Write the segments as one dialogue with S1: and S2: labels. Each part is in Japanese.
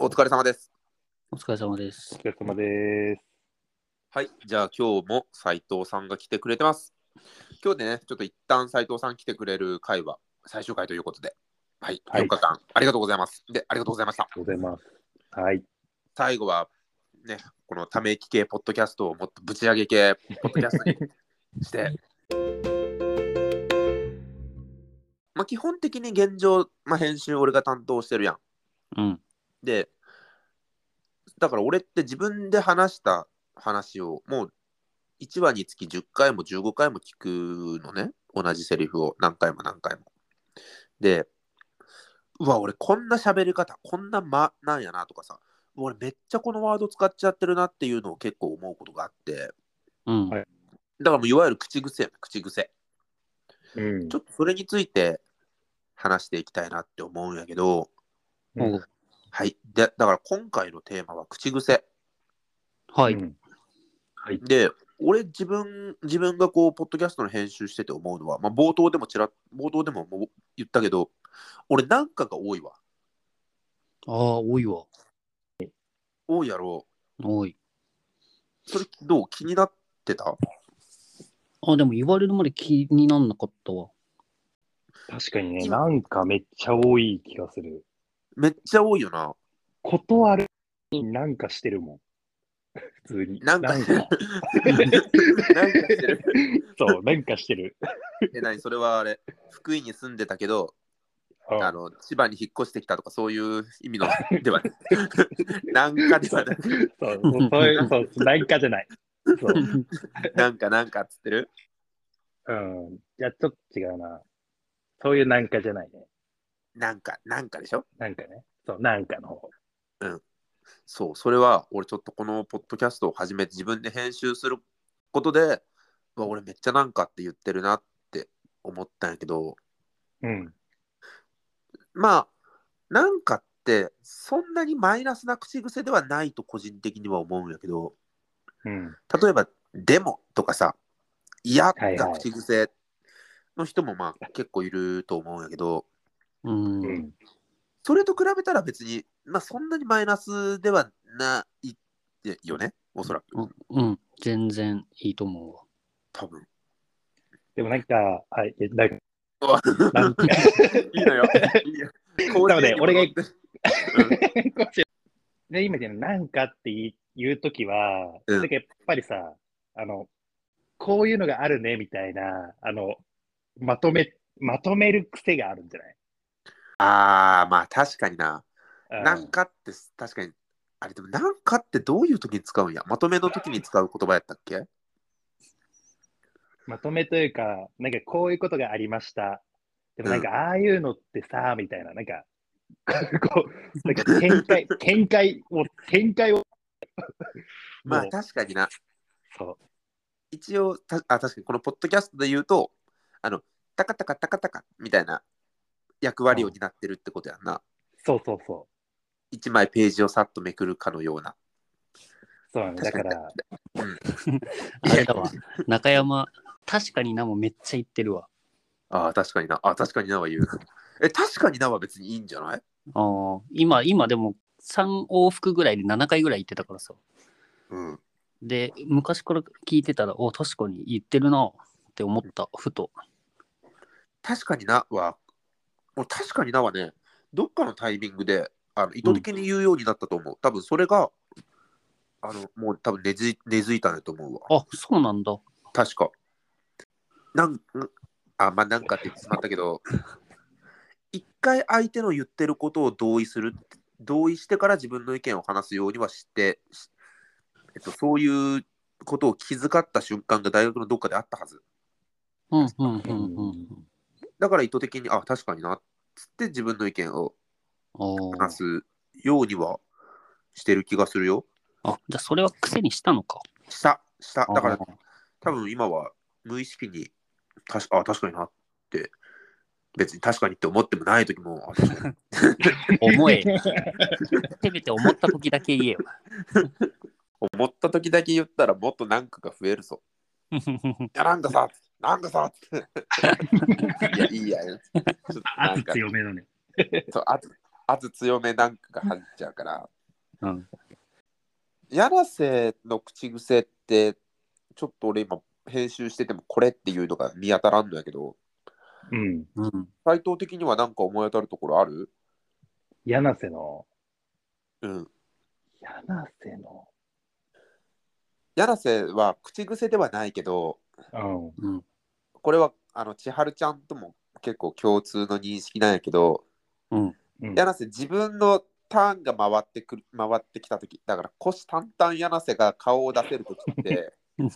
S1: 疲れ様です。
S2: お疲れ様です
S3: お。疲れ様です。
S1: はい、じゃあ今日も斉藤さんが来てくれてます。今日でね、ちょっと一旦斉藤さん来てくれる回は最終回ということで、はい、
S3: はい
S1: 4日間、ありがとうございます。で、ありがとうございました。
S3: ありがとうございます。はい。
S1: 最後は、ね、このため息系ポッドキャストをもっとぶち上げ 系ポッドキャストにして、まあ基本的に現状、まあ、編集俺が担当してるやん。
S2: うん。
S1: で、だから俺って自分で話した話をもう1話につき10回も15回も聞くのね。同じセリフを何回も何回も。で、うわ、俺こんな喋り方、こんな間なんやなとかさ、うわ俺めっちゃこのワード使っちゃってるなっていうのを結構思うことがあって、
S2: うん。
S3: はい
S1: だからもういわゆる口癖やね口癖。
S3: うん
S1: ちょ。っとそれについて話していきたいなって思うんやけど、
S2: お
S1: はい。で、だから今回のテーマは口癖。
S2: は
S3: う
S2: い。
S3: んはい。
S1: で、俺自分、自分がこう、ポッドキャストの編集してて思うのは、まあ、冒頭でもちらっ、冒頭でももう言ったけど、俺なんかが多いわ。
S2: ああ、多いわ。
S1: 多いやろ。
S2: 多い。
S1: それどう気になってた
S2: あ、でも言われるまで気になんなかった わ。
S3: 確かにね、
S1: 今
S3: なんかめっちゃ多い気がする。
S1: めっちゃ多いよ な。
S3: 断るになんかしてるもん。 普通に。
S1: なんか
S3: なん
S1: なんかしてる。
S3: そう、なんかしてる。
S1: え、何それはあれ、福井に住んでたけど、
S3: うん
S1: あの、千葉に引っ越してきたとか、そういう意味の、では ない。なんかではない。
S3: そう、そうそ ういう、そう、なんかじゃない。そう。
S1: なんかなんかっつってる
S3: うん。いや、ちょっと違うな。そういうなんかじゃないね。
S1: なんか、なんかでしょ
S3: なんかね。そう、なんかの方。
S1: そう、それは俺ちょっとこのポッドキャストを始めて自分で編集することで、うわ俺めっちゃなんかって言ってるなって思ったんやけど、
S3: うん。
S1: まあ、なんかってそんなにマイナスな口癖ではないと個人的には思うんやけど、
S3: うん。
S1: 例えば、でもとかさ、嫌
S3: はい
S1: な
S3: はい
S1: 口癖の人もまあ結構いると思うんやけど、
S2: うん。
S3: う
S2: うんん。。
S1: それと比べたら別に、まあそんなにマイナスではないよね、おそらく。
S2: うん。全然いいと思うわ。
S1: 多分。
S3: でもなんか、はい、えなんか、 なん か
S1: いいのよ。いいよ。
S3: なので俺が
S1: が。
S3: で、今でなんかって言い言うときは、
S1: うん
S3: なんかやっぱりさ、あの、こういうのがあるね、みたいな、あの、まとめ、まとめる癖があるんじゃない
S1: ああ、まあ確かにな。
S3: うん
S1: なんかって確かに。あれでもなんかってどういう時に使うんやまとめの時に使う言葉やったっけ
S3: まとめというか、なんかこういうことがありました。でもなんか、ああいうのってさ、みたいな、なんか、 こう、なんか展開、 展開を、展開を。
S1: まあ
S3: もう
S1: 確かにな。
S3: そ
S1: 一応たあ、確かにこのポッドキャストで言うと、あの、タカタカタカタカみたいな役割を担ってるってことやんな。
S3: うそうそうそう。
S1: 一枚ページをさっとめくるかのような。
S3: そうなのだから、
S2: あれだわ。中山、確かになもめっちゃ言ってるわ。
S1: ああ、確かにな。ああ、確かになは言う。え、確かになは別にいいんじゃない
S2: ああ。今、今でも3往復ぐらいで7回ぐらい言ってたからさ。
S1: うん。
S2: で、昔から聞いてたら、お確かに言ってるなって思った、ふと。
S1: 確かになは、俺確かになはね、どっかのタイミングであの意図的に言うようになったと思う。多分それが、あの、もう多分根付い根付いたんだと思うわ。
S2: あ、そうなんだ。
S1: 確か。なん、んあ、まあなんかって言ってしまったけど、一回相手の言ってることを同意する、同意してから自分の意見を話すようにはして、しえっと、そういうことを気遣った瞬間が大学のどっかであったはず。
S2: うん、うん、うん、うん。
S1: だから意図的に、あ、確かにな、っつって自分の意見を
S2: ああ
S1: 話。すようにはしてる気がするよ。
S2: あ、じゃあそれは癖にしたのか。
S1: した、した。だから
S2: あー
S1: 多分今は無意識に、たしあ、確かになって、別に確かにって思ってもない時も、あ確かに
S2: 思え。 せめて思った時だけ言えよ。
S1: 思った時だけ言ったらもっとなんかが増えるぞ。いや、なんかさ、なんかさ、いや、いいや。ちょっとなん
S3: 圧
S1: か、
S3: 強めのね。
S1: そう圧圧強めなんかが入っちゃうから、
S2: うん。
S1: やらせの口癖って、ちょっと俺今、編集しててもこれっていうのが見当たらんのやけど、
S3: うん。
S2: うん。
S1: 斎藤的にはなんか思い当たるところある
S3: 柳瀬の、
S1: うん。
S3: 柳瀬の、
S1: やらせは口癖ではないけど、
S3: うん。
S2: うん。
S1: これはあの千春ちゃんとも結構共通の認識なんやけど、
S2: うん。
S3: うん、
S1: 柳瀬自分のターンが回ってくる回ってきた時だから虎視眈々柳瀬が顔を出せる時って
S3: う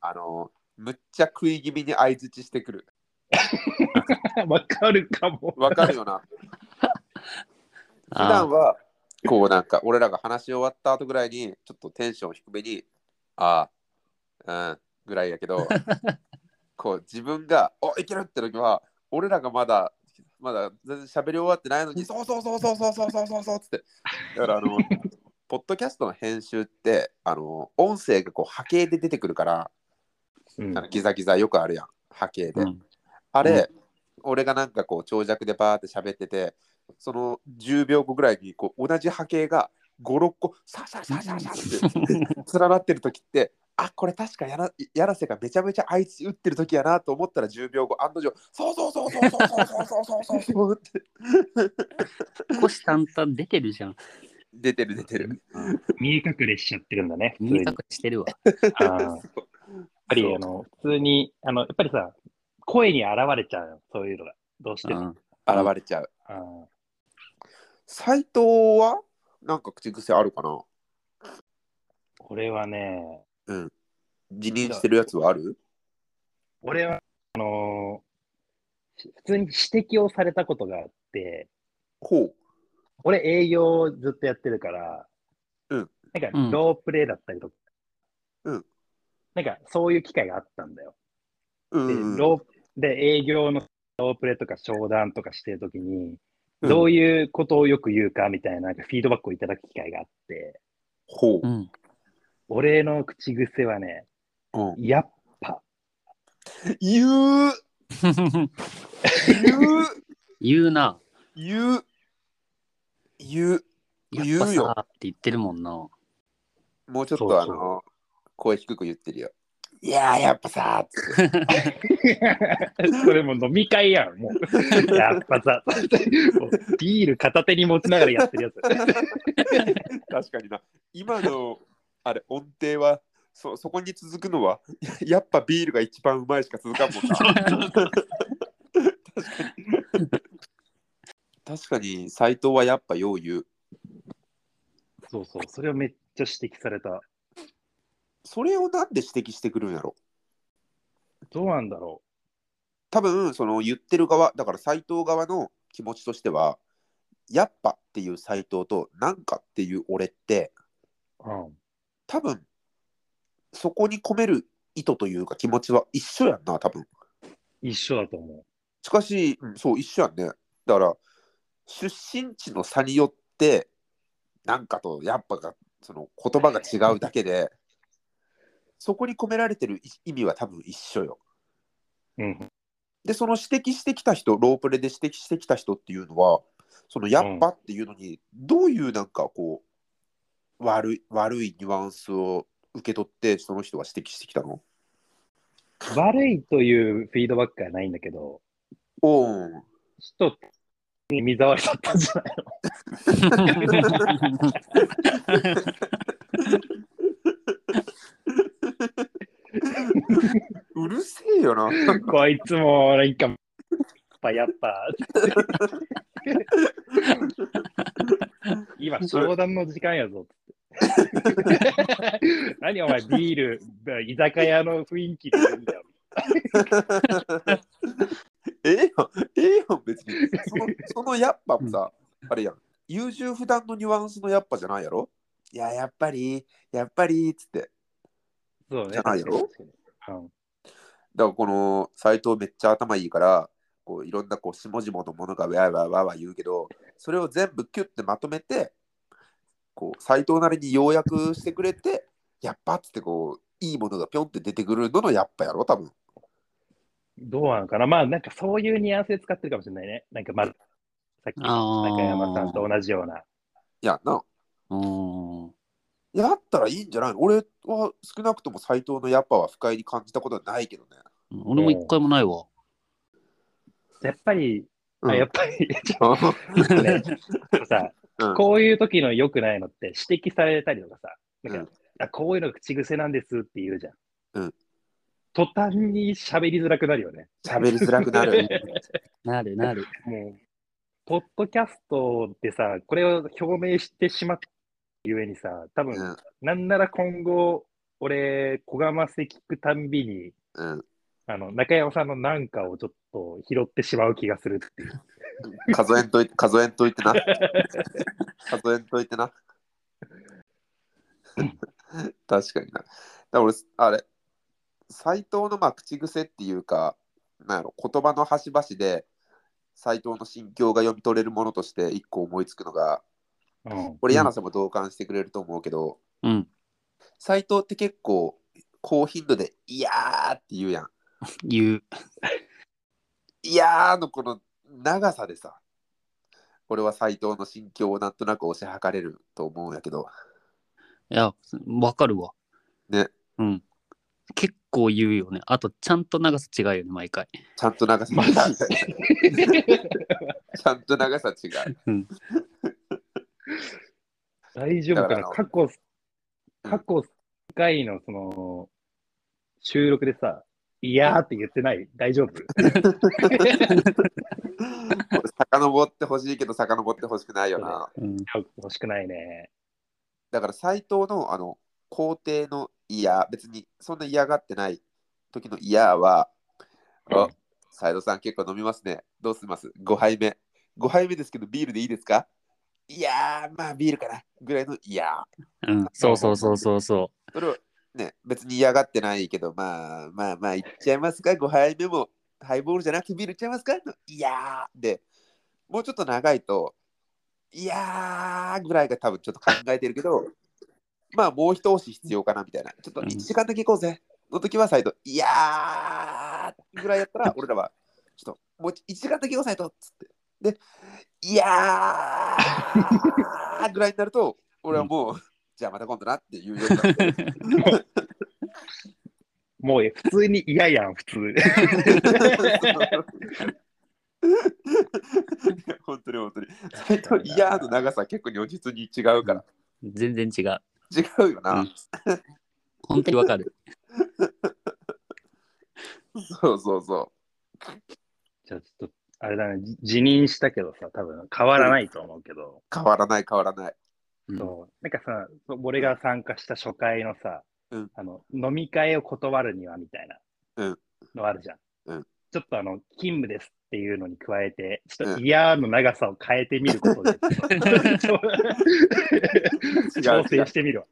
S1: あのむっちゃ食い気味に相づちしてくる
S3: ん わかるかも。
S1: わかるよな普
S2: あ
S1: 段
S2: ー
S1: はこうなんか俺らが話し終わった後ぐらいにちょっとテンション低めにああうんぐらいやけ どこう自分が「おいける!」って時は俺らがまだまだ全然喋り終わってないのに「そうそうそうそうそうそうそうそうそう」っつってだからあのポッドキャストの編集ってあの音声がこう波形で出てくるから
S3: うん
S1: あのギザギザよくあるやん波形で、
S2: うん。
S1: あれ、俺がなんかこう長尺でバーって喋ってて、その10秒後ぐらいにこう同じ波形が5、6個、さささささって連なってる時って、あ、これ確かやらやらせがめちゃめちゃあいつ打ってる時やなと思ったら10秒後、案の定、そうそうそうそうそうそうそうそうそうそうって
S2: 虎視眈々出てるじゃん。
S1: 出てる出てる。
S3: 見え隠れしちゃってるんだね。普通
S2: 見え
S3: に
S2: 隠れしてるわ。
S3: あーやっぱりあの普通にあの、やっぱりさ、声に現れちゃうよそういうのが。どうして
S2: う
S3: も。
S2: ん。
S1: 現れちゃう。
S3: あ
S1: 斎藤はなんか口癖あるかな
S3: ーこれはね、
S1: 辞任してるやつはある
S3: 俺は、あのーし普通に指摘をされたことがあって、
S1: ほう。
S3: 俺営業をずっとやってるから、
S1: うん
S3: なん
S2: うん
S3: かロープレイだったりとか、
S1: うん
S3: なんかそういう機会があったんだよ。
S1: うん
S3: で
S1: うん
S3: ローで営業のロープレとか商談とかしてるときに、
S1: うん
S3: どういうことをよく言うかみたいななんかフィードバックをいただく機会があって、
S1: ほう
S2: う。ん。
S3: 俺の口癖はね、
S1: うん
S3: やっ
S1: 言う言う
S2: 言うな。
S1: 言う言う
S2: やっ
S1: 言
S2: ぱ
S1: うよ
S2: さって言ってるも んな。
S1: もうちょっ
S3: そ
S1: と
S3: うそう
S1: あの声低く言ってるよいやーやっぱさーって
S3: ぱそれも飲み会やん、も う。やっぱさ、もうビール片手に持ちながらやってるやつ。
S1: 確かにな今のあれ音程はそそこに続くのはやっぱビールが一番うまいしか続かんも んな確かに確かに斎藤はやっぱよう言う
S3: そうそう、それをめっちゃ指摘された。
S1: それをなんで指摘してくるんやろ
S3: どうなんだろ
S1: 多分その言ってる側だから斎藤側の気持ちとしてはやっぱっていう斎藤となんかっていう俺って
S3: う。うん、
S1: 多分そこに込める意図というか気持ちは一緒やんな多分
S3: 一緒だと思
S1: しかし、うんそう一緒やんねだから出身地の差によってなんかとやっぱがその言葉が違うだけでそこに込められてる意味は多分一緒よ
S3: う。うん。
S1: で、その指摘してきた人、ロープレで指摘してきた人っていうのは、そのやっぱっていうのに、どういうなんかこう、悪い、悪いニュアンスを受け取って、その人は指摘してきたの
S3: 悪いというフィードバックはないんだけど、
S1: おー
S3: ちょっと 見障りだったんじゃない
S1: うん、うるせ えよな。
S3: こいつも、なんか、やっぱ、やっ ぱ。今、商談の時間やぞ。 何お前、ビール、居酒屋の雰囲気で言うんだよ。
S1: ええやん、ええやん、別に。そのそのやっぱもさ、あれやん、優柔不断のニュアンスのやっぱじゃないやろいや、やっぱり、やっぱり、つって。
S3: そうね。
S1: じゃないよ
S3: 確かに
S1: だからこの斎藤めっちゃ頭いいからこういろんなこう下々のものがわーわーわーわー言うけどそれを全部キュッてまとめてこう斎藤なりに要約してくれてやっぱっつってこういいものがぴょんって出てくるののやっぱやろ多分
S3: うん。どうなのかなまあ、なんかそういうニュアンスで使ってるかもしれないね。なんか、まず、さっき、
S2: あー
S3: 中山さんと同じような。
S1: いやな
S2: うん。
S1: やったらいいんじゃないの俺は少なくとも斎藤のやっぱは不快に感じたことはないけどね。
S2: 俺も一回もないわ。
S3: やっぱり、
S1: う
S3: あ
S1: ん
S3: やっぱり、ちょっとね
S2: う
S3: さ、
S1: うん
S3: こういう時の良くないのって指摘されたりとかさ、なんか、
S1: うん
S3: あこういうの口癖なんですって言うじゃん。
S1: うん
S3: 途端に喋りづらくなるよね。
S1: 喋りづらくな る。
S2: なるなる。
S3: もう、ポッドキャストでさ、これを表明してしまったゆえにさ、多分、
S1: うん
S3: なんなら今後、俺、小ませ聞くたんびに、
S1: うん、
S3: あの、中山さんのなんかをちょっと拾ってしまう気がするっていう。
S1: 数えんといて、数えんといて な。数えんといてな。 確かにな。だから俺、あれ、斎藤のまあ口癖っていうか、なんやろ、言葉の端々で、斎藤の心境が読み取れるものとして一個思いつくのが、
S3: うん。
S1: これ、 柳瀬も同感してくれると思うけど、
S2: うん。
S1: 斎藤って結構高頻度で「いやー」って言うやん
S2: 言う。
S1: 「いやー」のこの長さでさ俺は斎藤の心境をなんとなく推し量れると思うんやけど
S2: いや、わかるわ。
S1: ね
S2: うん。結構言うよね。あと、ちゃんと長さ違うよね、毎回。
S1: ちゃんと長さ
S3: マジ
S1: ち ゃんと長さ違う
S3: 大丈夫かな
S1: だか
S3: 過去、
S1: うん
S3: 過去1回のその、収録でさ、いやーって言ってない大丈夫
S1: 俺遡ってほしいけど遡ってほしくないよな
S2: うん。
S3: 欲しくないね。
S1: だから斎藤のあの皇帝の「いやー」別にそんな嫌がってない時の「いやーは」あ斎藤さん結構飲みますね。どうします ?5 杯目。5杯目ですけど、ビールでいいですかいやー、まあビールかな。ぐらいの、いやー。
S2: うん。そうそうそうそうそ
S1: それをね、別に嫌がってないけど、まあまあまあ、いっちゃいますか ?5 杯目もハイボールじゃなくてビールいっちゃいますかのいやー。で、もうちょっと長いと、いやーぐらいが多分ちょっと考えてるけど、まあもう一押し必要かなみたいな。ちょっと
S2: うん
S1: 1時間だけ行こうぜ。の時はサイト、いやーぐらいやったら、俺らは、ちょっともう1時間だけ行こうサイトっつって。で、いやーぐらいになると、俺はもう、じゃあまた今度なっていうようになって。
S3: もう普通に嫌やん、普通。
S1: 本当に本当に。斎藤いやーの長さ結構如実に違うから。
S2: う。全然違う。
S1: 違うよな。
S2: 本当にわかる。
S1: そうそうそ
S3: じゃあちょっと、あれだね、じ辞任したけどさ、多分変わらないと思うけ
S1: う。
S3: ど、
S1: 変わらない変わらない。
S2: うん
S3: そうなんかさ、そう俺が参加した初回のさ、
S1: うん
S3: あの飲み会を断るにはみたいな
S1: うん
S3: のあるじゃん。
S1: うん
S3: ちょっとあの、勤務ですっていうのに加えて、ちょっ
S1: う
S3: と
S1: ん
S3: 嫌の長さを変えてみることで、 調整してみるわ。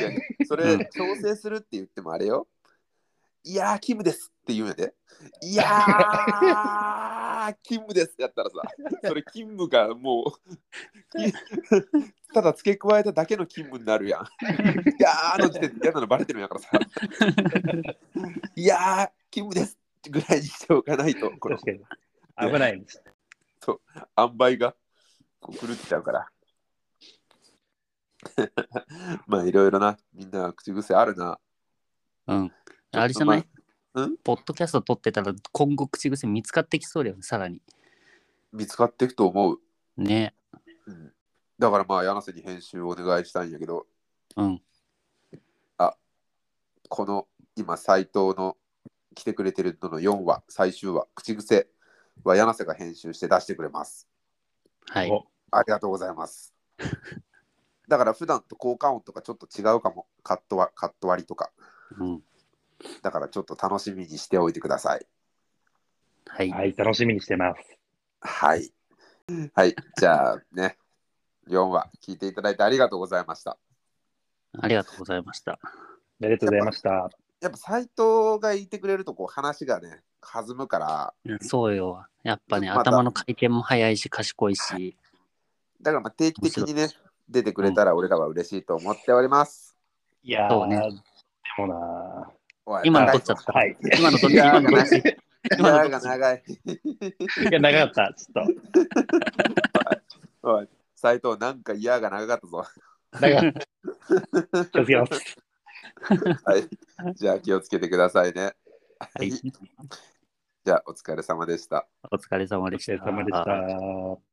S1: いやそれ、調整するって言ってもあれよ。いやー、キムですって言うんやで。いやー、キムですやったらさ、それ、勤務がもう、き ただ付け加えただけの勤務になるやん。いやーの時点で嫌なのバレてるんやからさ。いやー、キムですぐらいにしておかないと、この
S3: 確かに。危ない。
S1: 塩梅がこう狂っちゃうから。 まあ、いろいろな、みんな口癖あるな。
S2: うん。あれじゃない
S1: うん
S2: ポッドキャスト撮ってたら今後口癖見つかってきそうだよね、さらに。
S1: 見つかっていくと思う。
S2: ね。
S1: うん、だからまあ、柳瀬に編集をお願いしたいんやけど、
S2: うん。
S1: この今、斎藤の来てくれてるのの4話、最終話、口癖は柳瀬が編集して出してくれます。
S2: はい。
S3: お
S1: ありがとうござい ます。だから普段と効果音とかちょっと違うかも。カットはカット割りとか。
S2: うん。
S1: だからちょっと楽しみにしておいてください。
S2: はい。
S3: はい、楽しみにしてます。
S1: はい。はい。じゃあね、4話聞いていただいてありがとうございました。
S2: ありがとうございました。
S3: ありがとうございました。
S1: やっぱ斎藤がいてくれるとこう話がね、弾むから、
S2: そうよ。やっぱね、
S1: また
S2: 頭の回転も早いし、賢いし。
S1: だからまあ定期的にね、出てくれたら俺らは嬉しいと思っております。
S3: いや
S2: そ
S3: ー、
S2: うね
S3: でもな
S1: おい
S2: 今の
S1: 長
S2: 撮
S1: い
S2: っちゃった。
S3: ー。はい。
S2: 今の撮っ
S1: い
S2: ちゃ
S1: や
S2: っ
S1: ー
S2: た。今の撮っちゃった。今
S1: 長い
S2: の
S1: が
S2: 撮っちゃっ
S1: 長い。
S3: いや、長かった。ちょっと。
S1: おい、斎藤なんか嫌が長かったぞ。
S3: だから、気をつけます。
S1: はい。じゃあ気をつけてくださいね。
S2: はい。
S1: じゃあお疲れ様でした。
S2: お疲れ様
S3: お
S2: でし
S3: 疲
S2: た。
S3: れ様でした。